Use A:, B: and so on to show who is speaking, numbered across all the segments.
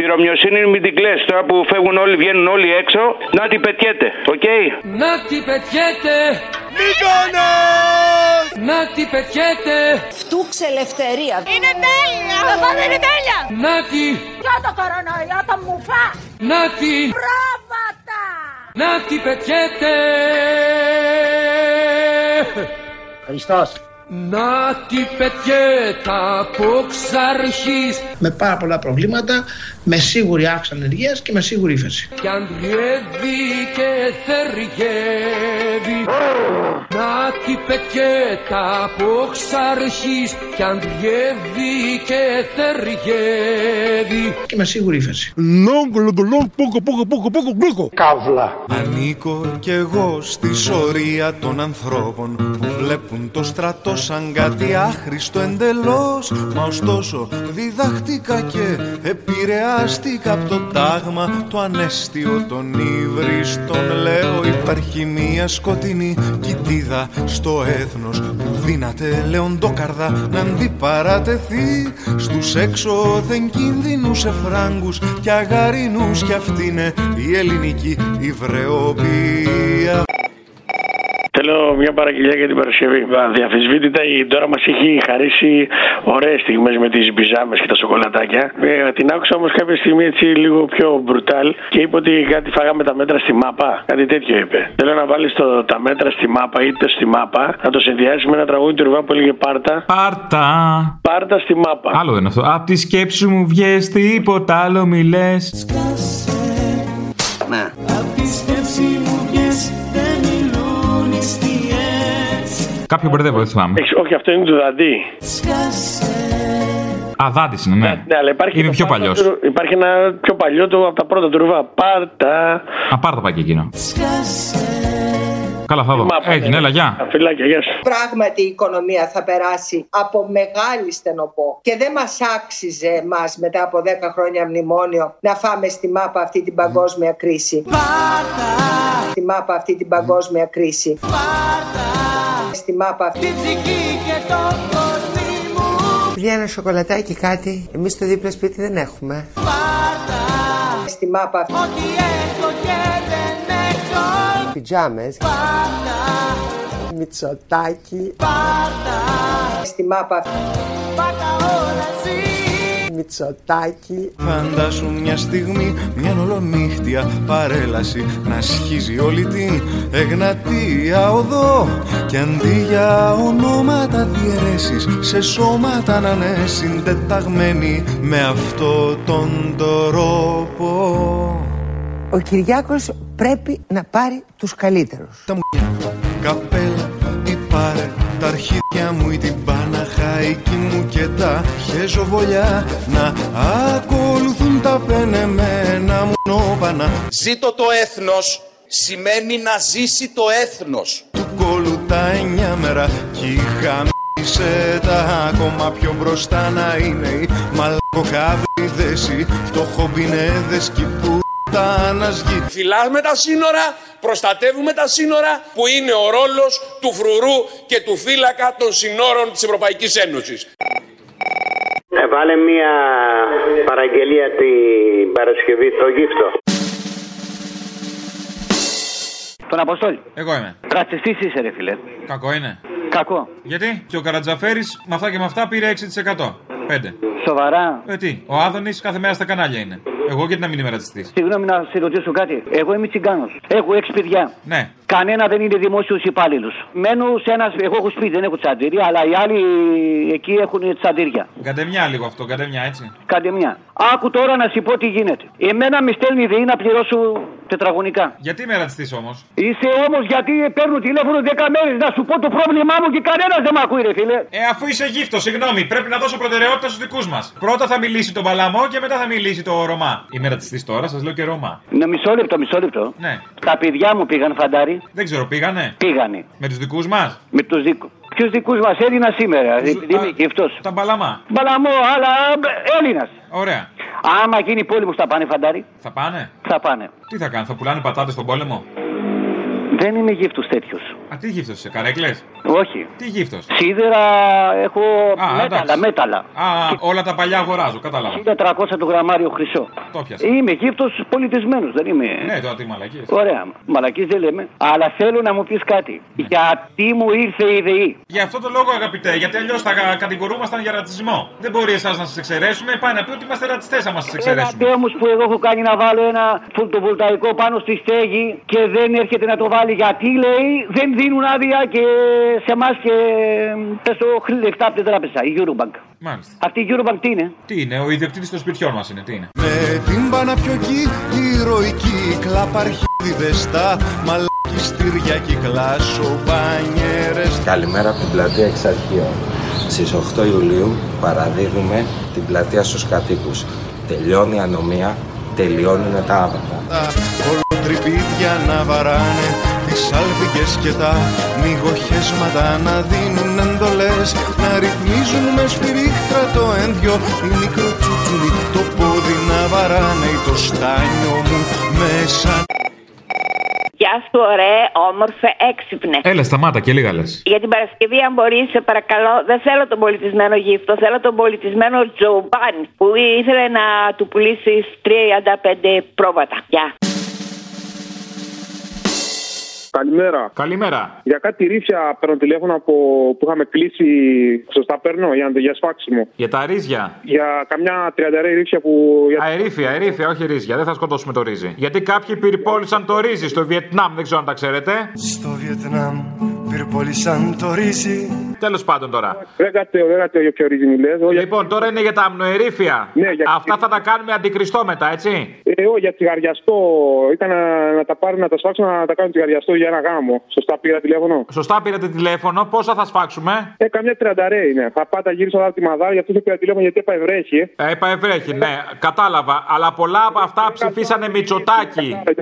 A: παρομοιοσύνη μην την κλαις. Τώρα που φεύγουν όλοι, βγαίνουν όλοι έξω, να την πετιέτε, οκ.
B: Να τη πετιέται!
C: Μύκονος!
B: Να τη πετιέται!
D: Φτούξε ελευθερία.
E: Είναι τέλεια! Εγώ δεν είναι τέλεια!
B: Να τη!
D: Ποιο το κορονοϊό, το μουφά.
B: Να τη!
D: Πρόβατα.
B: Να τη πετιέται!
F: Χριστός.
B: Να τη πετιέται από ξαρχής
F: Με πάρα πολλά προβλήματα, με σίγουρη αύξηση ανεργίας και με σίγουρη ύφεση.
B: Κι αν διεύει και θεριεύει Να τη πετιέται από ξαρχής Κι αν διεύει και θεριεύει
F: Και με σίγουρη ύφεση.
C: Ανήκω κι εγώ στη σωρία των ανθρώπων που βλέπουν το στρατό σαν κάτι άχρηστο εντελώς Μα ωστόσο διδαχτήκα και επηρεάστηκα από το τάγμα το ανέστιο των υβριστών Λέω υπάρχει μια σκοτεινή κοιτίδα στο έθνος που δύναται λεοντόκαρδα να αντιπαρατεθεί στους έξωθεν κινδυνούς εφράγκους και αγαρινούς κι αυτή είναι η ελληνική υβρεοπία.
G: Θέλω μια παραγγελία για την Παρασκευή. Αδιαφυσβήτητα η Ντόρα μας έχει χαρίσει ωραίες στιγμές με τις μπιζάμες και τα σοκολατάκια. Ε, την άκουσα όμως κάποια στιγμή έτσι λίγο πιο μπρουτάλ και είπε ότι κάτι φάγαμε τα μέτρα στη μάπα. Κάτι τέτοιο είπε. Θέλω να βάλεις τα μέτρα στη μάπα ή το στη μάπα να το συνδυάσεις με ένα τραγούδι του Ρουβά που έλεγε Πάρτα.
H: Πάρτα.
G: Πάρτα στη μάπα.
H: Άλλο δεν είναι αυτό. Απ' τη σκέψη σου μου βγες τίποτα άλλο μιλές. Κάποιο μπερδεύω, δεν θυμάμαι.
G: Έχεις- όχι, αυτό είναι του Δαντή.
H: Αδάντης είναι, ναι.
G: Ναι, αλλά υπάρχει.
H: Είναι
G: το
H: πιο
G: πάρτα
H: παλιός.
G: του- Υπάρχει ένα πιο παλιό του από τα πρώτα του Ρουβά. Πάρτα.
H: Α, πάρ' το πάει και εκείνο. Καλά, θα δω.
G: Μάπα,
H: Έγινε,
G: ναι.
H: έλα, γεια.
G: Φιλάκια, γεια σου.
D: Πράγματι η οικονομία θα περάσει από μεγάλη στενοπό και δεν μας άξιζε εμάς μετά από 10 χρόνια μνημόνιο να φάμε στη μάπα αυτή την παγκόσμια κρίση. Στη μάπα αυτή την παγκόσμια κρίση. Στη μάπα αυτή.
I: Πουλιά ένα σοκολατάκι κάτι. Εμείς στο δίπλα σπίτι δεν έχουμε.
D: Στη μάπα αυτή.
I: Πιτζάμες. Μητσοτάκι.
D: Στη μάπα αυτή.
I: Μητσοτάκι.
C: Φαντάσου μια στιγμή, μια ολονύχτια παρέλαση Να σχίζει όλη την εγνατία οδό Κι αντί για ονόματα διαιρέσεις Σε σώματα να είναι συντεταγμένοι Με αυτό τον τρόπο
I: Ο Κυριάκος πρέπει να πάρει τους καλύτερους.
C: Καπέλα ή πάρε τα αρχίδια μου ή την Παναχαϊκή μου και τα χεζοβολιά να ακολουθούν τα πενεμένα μου νόπανα
J: Ζήτω το έθνος σημαίνει να ζήσει το έθνος.
C: του κόλου τα εννιά μέρα κι είχα μ***σε τα ακόμα πιο μπροστά να είναι οι μαλακοκάβριδες οι φτωχομπινέδες κι οι πουτάνας γη
J: Φυλάμε τα σύνορα, προστατεύουμε τα σύνορα που είναι ο ρόλος του φρουρού και του φύλακα των συνόρων της Ευρωπαϊκής Ένωσης.
K: Ε, βάλε μια παραγγελία την Παρασκευή στο γύφτο.
A: Τον Αποστόλη.
H: Εγώ είμαι.
A: Ρατσιστή είσαι, ρε φίλε.
H: Κακό είναι.
A: Κακό.
H: Γιατί και ο Καρατζαφέρης με αυτά και με αυτά πήρε 6%. 5.
A: Σοβαρά.
H: Ε, τι, ο Άδωνης κάθε μέρα στα κανάλια είναι. Εγώ γιατί να μην είμαι ρατσιστής.
A: Συγγνώμη να σε ρωτήσω κάτι. Εγώ είμαι τσιγκάνος. Έχω έξι παιδιά.
H: Ναι.
A: Κανένα δεν είναι δημόσιος υπάλληλος. Μένω σε ένας. Εγώ έχω σπίτι, δεν έχω τσαντήρια, αλλά οι άλλοι εκεί έχουν τσαντήρια.
H: Κατεμιά λίγο αυτό, κατεμιά έτσι.
A: Κάντε μια. Άκου τώρα να σου πω τι γίνεται. Εμένα με στέλνει η ΔΕΗ να πληρώσω τετραγωνικά.
H: Γιατί είμαι ρατσιστή όμως.
A: Είσαι όμως γιατί παίρνω τηλέφωνο 10 μέρες να σου πω το πρόβλημά μου και κανένας δεν με ακούει, ρε φίλε.
H: Ε, αφού είσαι γύφτος, συγγνώμη, πρέπει να δώσω προτεραιότητα στους δικούς μας. Πρώτα θα μιλήσει τον Παλαμό και μετά θα μιλήσει το Ρωμά. Είμαι ρατσιστή τώρα, σας λέω και Ρωμά.
A: Ναι, μισό λεπτό, μισό λεπτό.
H: Ναι.
A: Τα παιδιά μου πήγαν φαντάρι.
H: Δεν ξέρω, πήγανε.
A: Πήγανε.
H: Με τους δικούς μας.
A: Με τους δικού. Ποιους δικούς μας έδινα σήμερα, επειδή είμαι γυφτό.
H: Τα Παλαμά.
A: Μπαλαμό, αλλά Έλληνας.
H: Ωραία.
A: Άμα γίνει πόλεμος, θα πάνε φαντάρι.
H: Θα πάνε.
A: Θα πάνε.
H: Τι θα κάνουν, θα πουλάνε πατάτες στον πόλεμο.
A: Δεν είμαι γύφτος τέτοιος.
H: Α, τι γύφτος είσαι, καρέκλες.
L: Όχι.
H: Τι γύφτος.
L: Σίδερα έχω
H: Α,
L: μέταλλα,
H: εντάξει.
L: μέταλλα.
H: Α, όλα τα παλιά αγοράζω, κατάλαβα.
L: 1400 το γραμμάριο χρυσό.
H: Το πιάσα.
L: Είμαι γύπτο πολιτισμένος, δεν είμαι.
H: Ναι, τώρα τι μαλακίε.
L: Ωραία. Μαλακής δεν λέμε. Αλλά θέλω να μου πεις κάτι.
H: Ναι.
L: Γιατί μου ήρθε η ΔΕΗ.
H: Γι' αυτό το λόγο, αγαπητέ, γιατί αλλιώς θα κα- κατηγορούμασταν για ρατσισμό. Δεν μπορεί εσάς να σας εξαιρέσουν. Πάει να πει ότι είμαστε ρατσιστές άμα σας
L: Ένα
H: εξαιρέσουν.
L: τέμος που εγώ έχω κάνει να βάλω ένα φωτοβολταϊκό πάνω στη στέγη και δεν έρχεται να το βάλει γιατί λέει δεν δίνουν άδεια και σε εμάς και πες το χρ- λεφτά από την τράπεζα, η Eurobank.
H: Μάλιστα.
L: Αυτή η Eurobank τι είναι.
H: Τι είναι, ο ιδιοκτήτης των σπιτιών μας είναι, τι είναι.
C: Με Ε, την Παναπιοκή ηρωική κλαπαρχίδιδες στα μαλακιστήρια κυκλά σοβανιέρες
M: Καλημέρα από την πλατεία Εξαρχείων. Στις 8 Ιουλίου παραδίδουμε την πλατεία στους κατοίκους. Τελειώνει η ανομία, τελειώνουν τα άβατα.
C: τα κολοτριπίδια να βαράνε τις άλπικες και τα μυγοχέσματα να δίνουν εντολές να ρυθμίζουν με σφυρίχτρα το ένδιο οι μικροτσούτσουλοι το πόδι να βαράνε το στάνιο μου μέσα
N: Γεια σου, ωραία, όμορφε, έξυπνε.
H: Έλα, σταμάτα και λίγα λες.
N: Για την Παρασκευή, αν μπορείς, σε παρακαλώ, δεν θέλω τον πολιτισμένο γύφτο, θέλω τον πολιτισμένο Τζομπάν που ήθελε να του πουλήσεις 35 πρόβατα. Γεια.
A: Καλημέρα.
H: Καλημέρα.
A: Για κάτι ρήφια παίρνω τηλέφωνο από που είχαμε κλείσει. Σωστά παίρνω για, να το- για σφάξιμο.
H: Για τα ρίζια.
A: Για καμιά τριανταρέ ρήφια που. Για...
H: Αερίφια, αερίφια, όχι ρίζια. Δεν θα σκοτώσουμε το ρύζι. Γιατί κάποιοι πυρπόλησαν το ρύζι στο Βιετνάμ, δεν ξέρω αν τα ξέρετε.
O: Στο Βιετνάμ πυρπολισαν το ρύζι.
H: Τέλος πάντων τώρα.
A: Δεν κατέω, δεν κατέω για ποιο ρύζι μιλές. Ό, για-
H: Λοιπόν, τώρα είναι για τα αμνοερήφια.
A: Ναι,
H: Αυτά θα τα κάνουμε αντικριστό μετά, έτσι.
A: Ε, ό, για τσιγαριαστό. Ήταν να, να τα πάρουν, να τα σφάξουν, να τα κάνουν τσιγαριαστό για ένα γάμο. Σωστά πήρα τηλέφωνο.
H: Σωστά πήρατε τηλέφωνο, πόσα θα σφάξουμε.
A: Ε, καμιά τριανταρέ είναι. Θα πάτα γύρισα από τη μαδάρ, γι' αυτό σου πήρα τηλέφωνο γιατί έπαει βρέχει.
H: Ε, είπα ευρέχει, ναι, κατάλαβα. Αλλά πολλά από αυτά ψηφίσανε Μητσοτάκι.
A: Ε,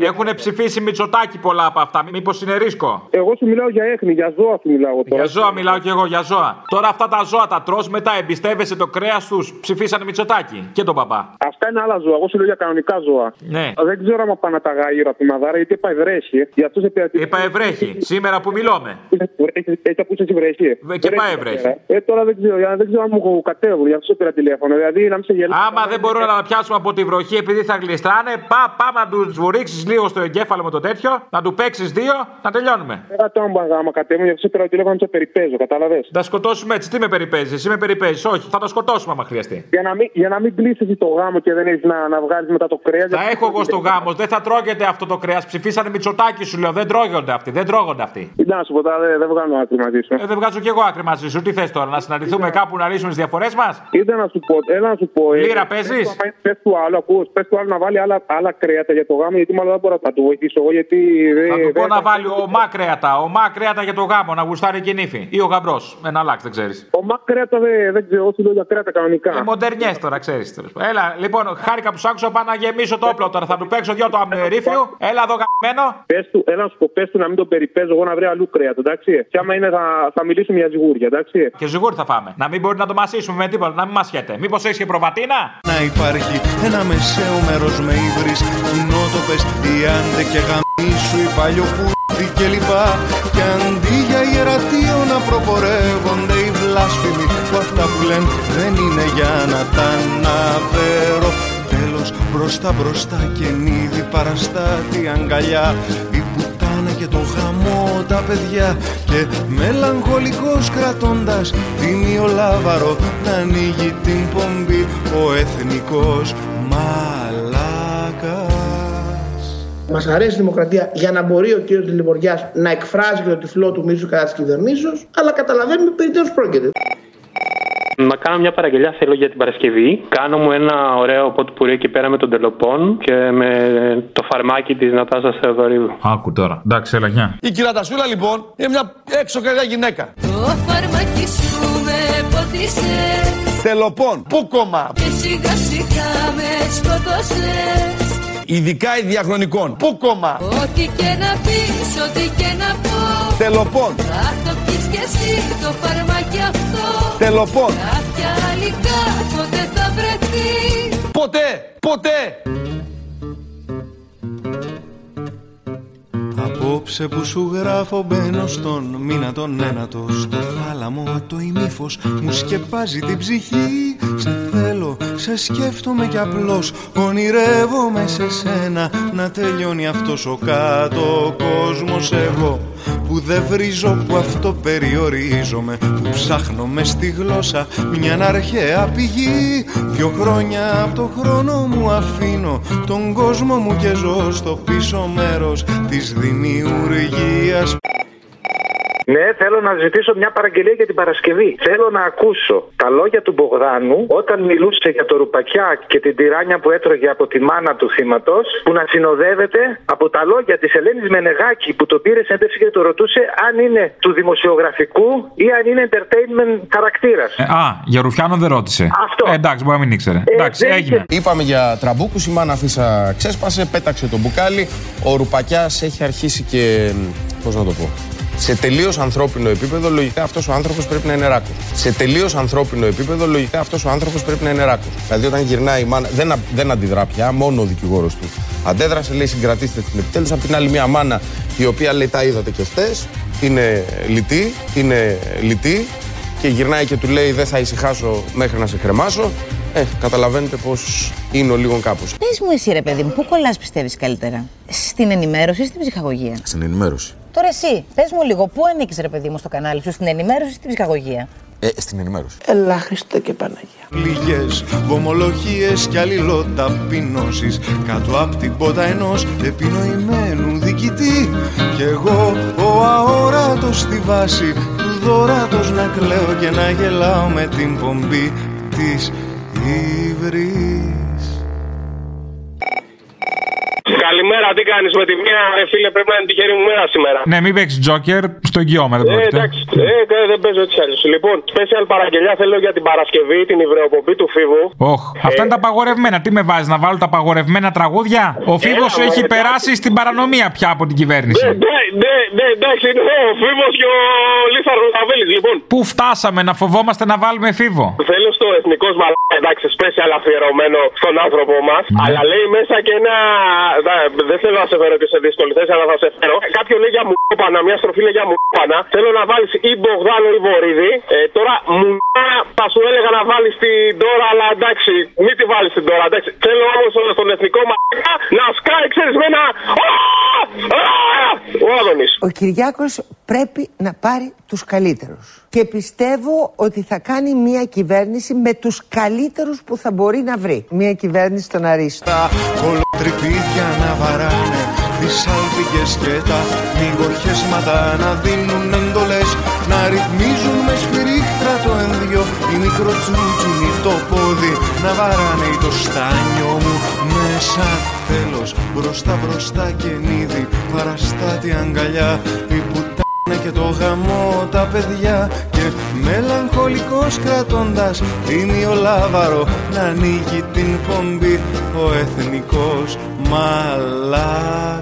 H: Έχουν ψηφίσει Μητσοτάκι πολλά από αυτά. Μήπω είναι ρίσκο.
A: Εγώ σου μιλάω για έχνη, για ζώα σου μιλάω τώρα.
H: Για ζώα μιλάω κι εγώ, για ζώα. Τώρα αυτά τα ζώα τα τρως, μετά εμπιστεύεσαι το κρέας τους, ψηφίσανε Μητσοτάκι και τον παπά.
A: Αυτά είναι άλλα ζώα. Εγώ σου λέω για κανονικά ζώα.
H: Ναι.
A: Δεν ξέρω άμα πάνε να τα γύρω από τη μαδάρα, γιατί είπα βρέχει. Γι' αυτό σε πήρα
H: Είπα ευρέχει, σήμερα που μιλάμε.
A: Βρέχει, έτσι ακούσα εσύ βρέχει.
H: Και πάει ευρέχει.
A: Ε, τώρα δεν ξέρω, για- δεν ξέρω αν μου κατέβουν, γι' αυτό σε πήρα τηλέφωνο. Δηλαδή να μην σε γελάσει.
H: Άμα δεν μπορούν να τα πιάσουμε από τη βροχή επειδή θα γλιστράνε, πά, πάμε να τους βουρίξεις λίγο στο εγκέφαλο με το τέτοιο, να του παίξεις δύο, να τελειώνουμε.
A: Δεν το άμα γάμα κατέβουν, γι' αυτό σε πήρα τηλέφωνο να σε περιπέζω, κατάλαβες.
H: Να σκοτώσουμε έτσι, τι με περιπέζεις, εσύ με περιπέζεις, όχι, θα τα σκοτώσουμε άμα χρειαστεί.
A: Για να μην, για να μην κλείσεις εσύ το γάμο και δεν έχεις να, να βγάλεις μετά το κρέας.
H: Τα έχω εγώ στο γάμος, δεν θα τρώγεται αυτό το κρέας. Ψηφίσανε Μητσοτάκι σου λέω, δεν τρώγονται αυτοί, δεν τρώγονται αυτοί.
A: Να σου πω, τώρα δεν, δεν βγάλω άκρη μαζί σου.
H: Ε, δεν βγάζω κι εγώ άκρη μαζί σου. Τι θες τώρα, να συναντηθούμε κάπου να λύσουμε τις διαφορές μας.
A: Είδα να σου πω, έλα να σου πω. ε,
H: Λίρα
A: πες
H: παίζεις?
A: του, άμα είναι- πες του άλλου, ακούς, πες του άλλου να βάλει άλλα, άλλα κρέατα για το γάμο, γιατί μάλλον δεν μπορώ να του βοηθήσω εγώ, γιατί δεν...
H: Θα του πω
A: δεν-
H: να βάλει ομά κρέατα, ομά κρέατα για το γάμο, να γουστάρει και η νύφη. Ή ο γαμπρός. Ένα αλλάξ, δεν ξέρεις.
A: Ομά κρέατα δεν, δεν ξέρω, όσοι λέω για κρέατα κανονικά.
H: Μοντερνιέ Ε, τώρα, ξέρεις. Έλα, λοιπόν, χάρηκα που σ' άκουσα, πάω να γεμίσω το όπλο τώρα. Θα του παίξω δυο το αμνερίφιου. Έλα εδώ γαμμένο.
A: Πες του, έλα να σου πω, πες του να μην τον περιπέζω εγώ να βρει αλλού κρέατα, εντάξει. Και άμα είναι θα, θα μιλήσουμε για ζυγούρια, εντάξει.
H: Και ζυγούρι θα φάμε. Να μην μπορεί να το μασίσουμε με τίποτα, να μην μασιέται. Μήπως έχεις και προβατίνα.
C: να υπάρχει ένα μεσαίο μέρος με ύβρις κοινότοπες ή άντε και γαμίσου ή παλιοπούδι και λοιπά και αντί για ιερατείο να προπορεύονται οι βλάσφημοι που αυτά που λένε δεν είναι για να τα αναφέρω τέλος μπροστά μπροστά και νίδι παραστάτη αγκαλιά η πουτάνα και το γαμό τα παιδιά και μελαγχολικός κρατώντας τίμιο λάβαρο να ανοίγει την πομπή ο εθνικός μαλάκας
P: Μας αρέσει η δημοκρατία για να μπορεί ο κύριος Τηλεμποριά να εκφράζει και το τυφλό του μίσου κατά της κυβερνήσεως, αλλά καταλαβαίνουμε περί τίνος πρόκειται.
Q: Να κάνω μια παραγγελιά θέλω για την Παρασκευή. Κάνω μου ένα ωραίο πότ πουρί εκεί πέρα με τον Τελοπόν και με το φαρμάκι της Νατάσας Θεοδωρίδου.
H: Άκου τώρα. Εντάξει, έλα, γεια.
R: Η κυρία Τασούλα λοιπόν είναι μια έξω καλιά γυναίκα.
I: Το φαρμάκι σου με ποτίσες
R: Τελοπών, πού κόμμα.
I: Και σιγά σιγά με σκοτώσες
R: Ειδικά οι διαχρονικών, πού κόμμα.
I: Ό,τι και να πεις, ό,τι και να πω
R: Τελοπών,
I: Θα το πεις κι εσύ το φαρμάκι αυτό
R: τελοπών.
I: Κάποια άλλη κάποτε θα βρεθεί
R: Ποτέ, ποτέ.
C: Από Απόψε που σου γράφω μπαίνω στον μήνα τον ένατο Στο θάλαμο το ημίφος μου σκεπάζει την ψυχή Σε θέλω, σε σκέφτομαι κι απλώς Ονειρεύομαι σε σένα να τελειώνει αυτός ο κάτω κόσμος εγώ που δεν βρίζω, που αυτό περιορίζομαι Που ψάχνω μες στη γλώσσα μια αρχαία πηγή Δυο χρόνια από το χρόνο μου αφήνω Τον κόσμο μου και ζω στο πίσω μέρος της δημιουργίας
S: Ναι, θέλω να ζητήσω μια παραγγελία για την Παρασκευή. Θέλω να ακούσω τα λόγια του Μπογδάνου όταν μιλούσε για το Ρουπακιά και την τυράνια που έτρωγε από τη μάνα του θύματος, που να συνοδεύεται από τα λόγια της Ελένης Μενεγάκη που τον πήρε συνέντευξη και το ρωτούσε αν είναι του δημοσιογραφικού ή αν είναι entertainment χαρακτήρας.
H: Ε, α, για Ρουφιάνο δεν ρώτησε.
S: Αυτό.
H: Ε, εντάξει, μπορεί να μην ήξερε. εντάξει, έγινε.
T: Είπαμε για τραμπούκους, η μάνα φύσα ξέσπασε, πέταξε το μπουκάλι. Ο Ρουπακιάς έχει αρχίσει και. Πώς να το πω. Σε τελείως ανθρώπινο επίπεδο, λογικά αυτός ο άνθρωπος πρέπει να είναι ράκος. Σε τελείως ανθρώπινο επίπεδο, λογικά αυτός ο άνθρωπος πρέπει να είναι ράκος. Δηλαδή, όταν γυρνάει η μάνα, δεν, α- δεν αντιδρά πια, μόνο ο δικηγόρος του αντέδρασε, λέει συγκρατήστε την επιτέλους. Απ' την άλλη, μια μάνα η οποία λέει τα είδατε και χθες, είναι λυτή, είναι λυτή και γυρνάει και του λέει δεν θα ησυχάσω μέχρι να σε κρεμάσω. Ε, καταλαβαίνετε πώ είναι ο λίγο κάπως.
U: Πες μου εσύ, ρε παιδί μου, πού κολλάς πιστεύεις καλύτερα. Στην ενημέρωση ή στην ψυχαγωγία.
T: Στην ενημέρωση.
U: Τώρα εσύ, πες μου λίγο, πού ανήκεις, ρε παιδί μου, στο κανάλι σου, στην ενημέρωση ή στην ψυχαγωγία.
T: Ε, στην ενημέρωση.
F: Ελάχιστα και Παναγία.
C: Πληγές, βομολογίες και αλληλοταπεινώσεις Κάτω απ' την πότα ενός επινοημένου δικητή Κι εγώ ο αόρατος στη βάση του δωράτος Να κλαίω και να γελάω με την πομπή της ύβρης
G: Καλημέρα, τι κάνεις με τη μία, ρε φίλε, πρέπει να είναι τυχερή μου μέρα σήμερα.
H: Ναι, μην παίξεις Τζόκερ, στο εγγυώμαι δεν
G: Ε,
H: πρόκειται.
G: εντάξει, ε, ε, δεν παίζω έτσι άλλου. Λοιπόν, special παραγγελιά θέλω για την Παρασκευή, την Ιβρεοποπή του Φίβου.
H: Όχ, αυτά είναι τα παγορευμένα. Τι με βάζεις να βάλω τα παγορευμένα τραγούδια. Ο Φίβος
G: μωρέ,
H: έχει
G: εντάξει.
H: περάσει στην παρανομία πια από την κυβέρνηση.
G: Ναι, ναι, ναι, ναι, εντάξει, είναι ο Φίβος και ο Λίθαρος Ραβέλη. Λοιπόν,
H: Πού φτάσαμε να φοβόμαστε να βάλουμε Φίβο.
G: θέλω στο εθνικός μαλάκα, εντάξει, special αφιερωμένο στον άνθρωπο μας, αλλά λέει μέσα και ένα. δα- Δεν θέλω να σε φέρω και σε δύσκολη θέση, αλλά θα σε φέρω. Κάποιο λέει για μου κόπανα, μια στροφή λέει για μου κόπανα. Θέλω να βάλεις ή Μπογδάνο ή Βορύδη. Ε, τώρα μου θα σου έλεγα να βάλεις την τώρα, αλλά εντάξει, μην τη βάλεις την τώρα, εντάξει. Θέλω όμως στον εθνικό μαλάκα να σκάει, ξέρεις με ένα. «Α! Α!» Ο Άδωνης.
I: Ο Κυριάκος πρέπει να πάρει τους καλύτερους. Και πιστεύω ότι θα κάνει μια κυβέρνηση με τους καλύτερους που θα μπορεί να βρει. Μια κυβέρνηση στον Αρίστο.
C: Κολοτριπίδια να βαράνε τις άλπικες και τα μυγοχέσματα να δίνουν εντολές να ρυθμίζουν με σφυρίχτρα το ένδυο οι μικροτσούτσουνοι το πόδι να βαράνε το στάνιο μου μέσα τέλος μπροστά μπροστά και νίδι παραστάτη αγκαλιά η πουτάνα Ναι, και το γαμό τα παιδιά και μελαγχολικός κρατώντας τίμιο λάβαρο να ανοίγει την πομπή ο εθνικός μαλά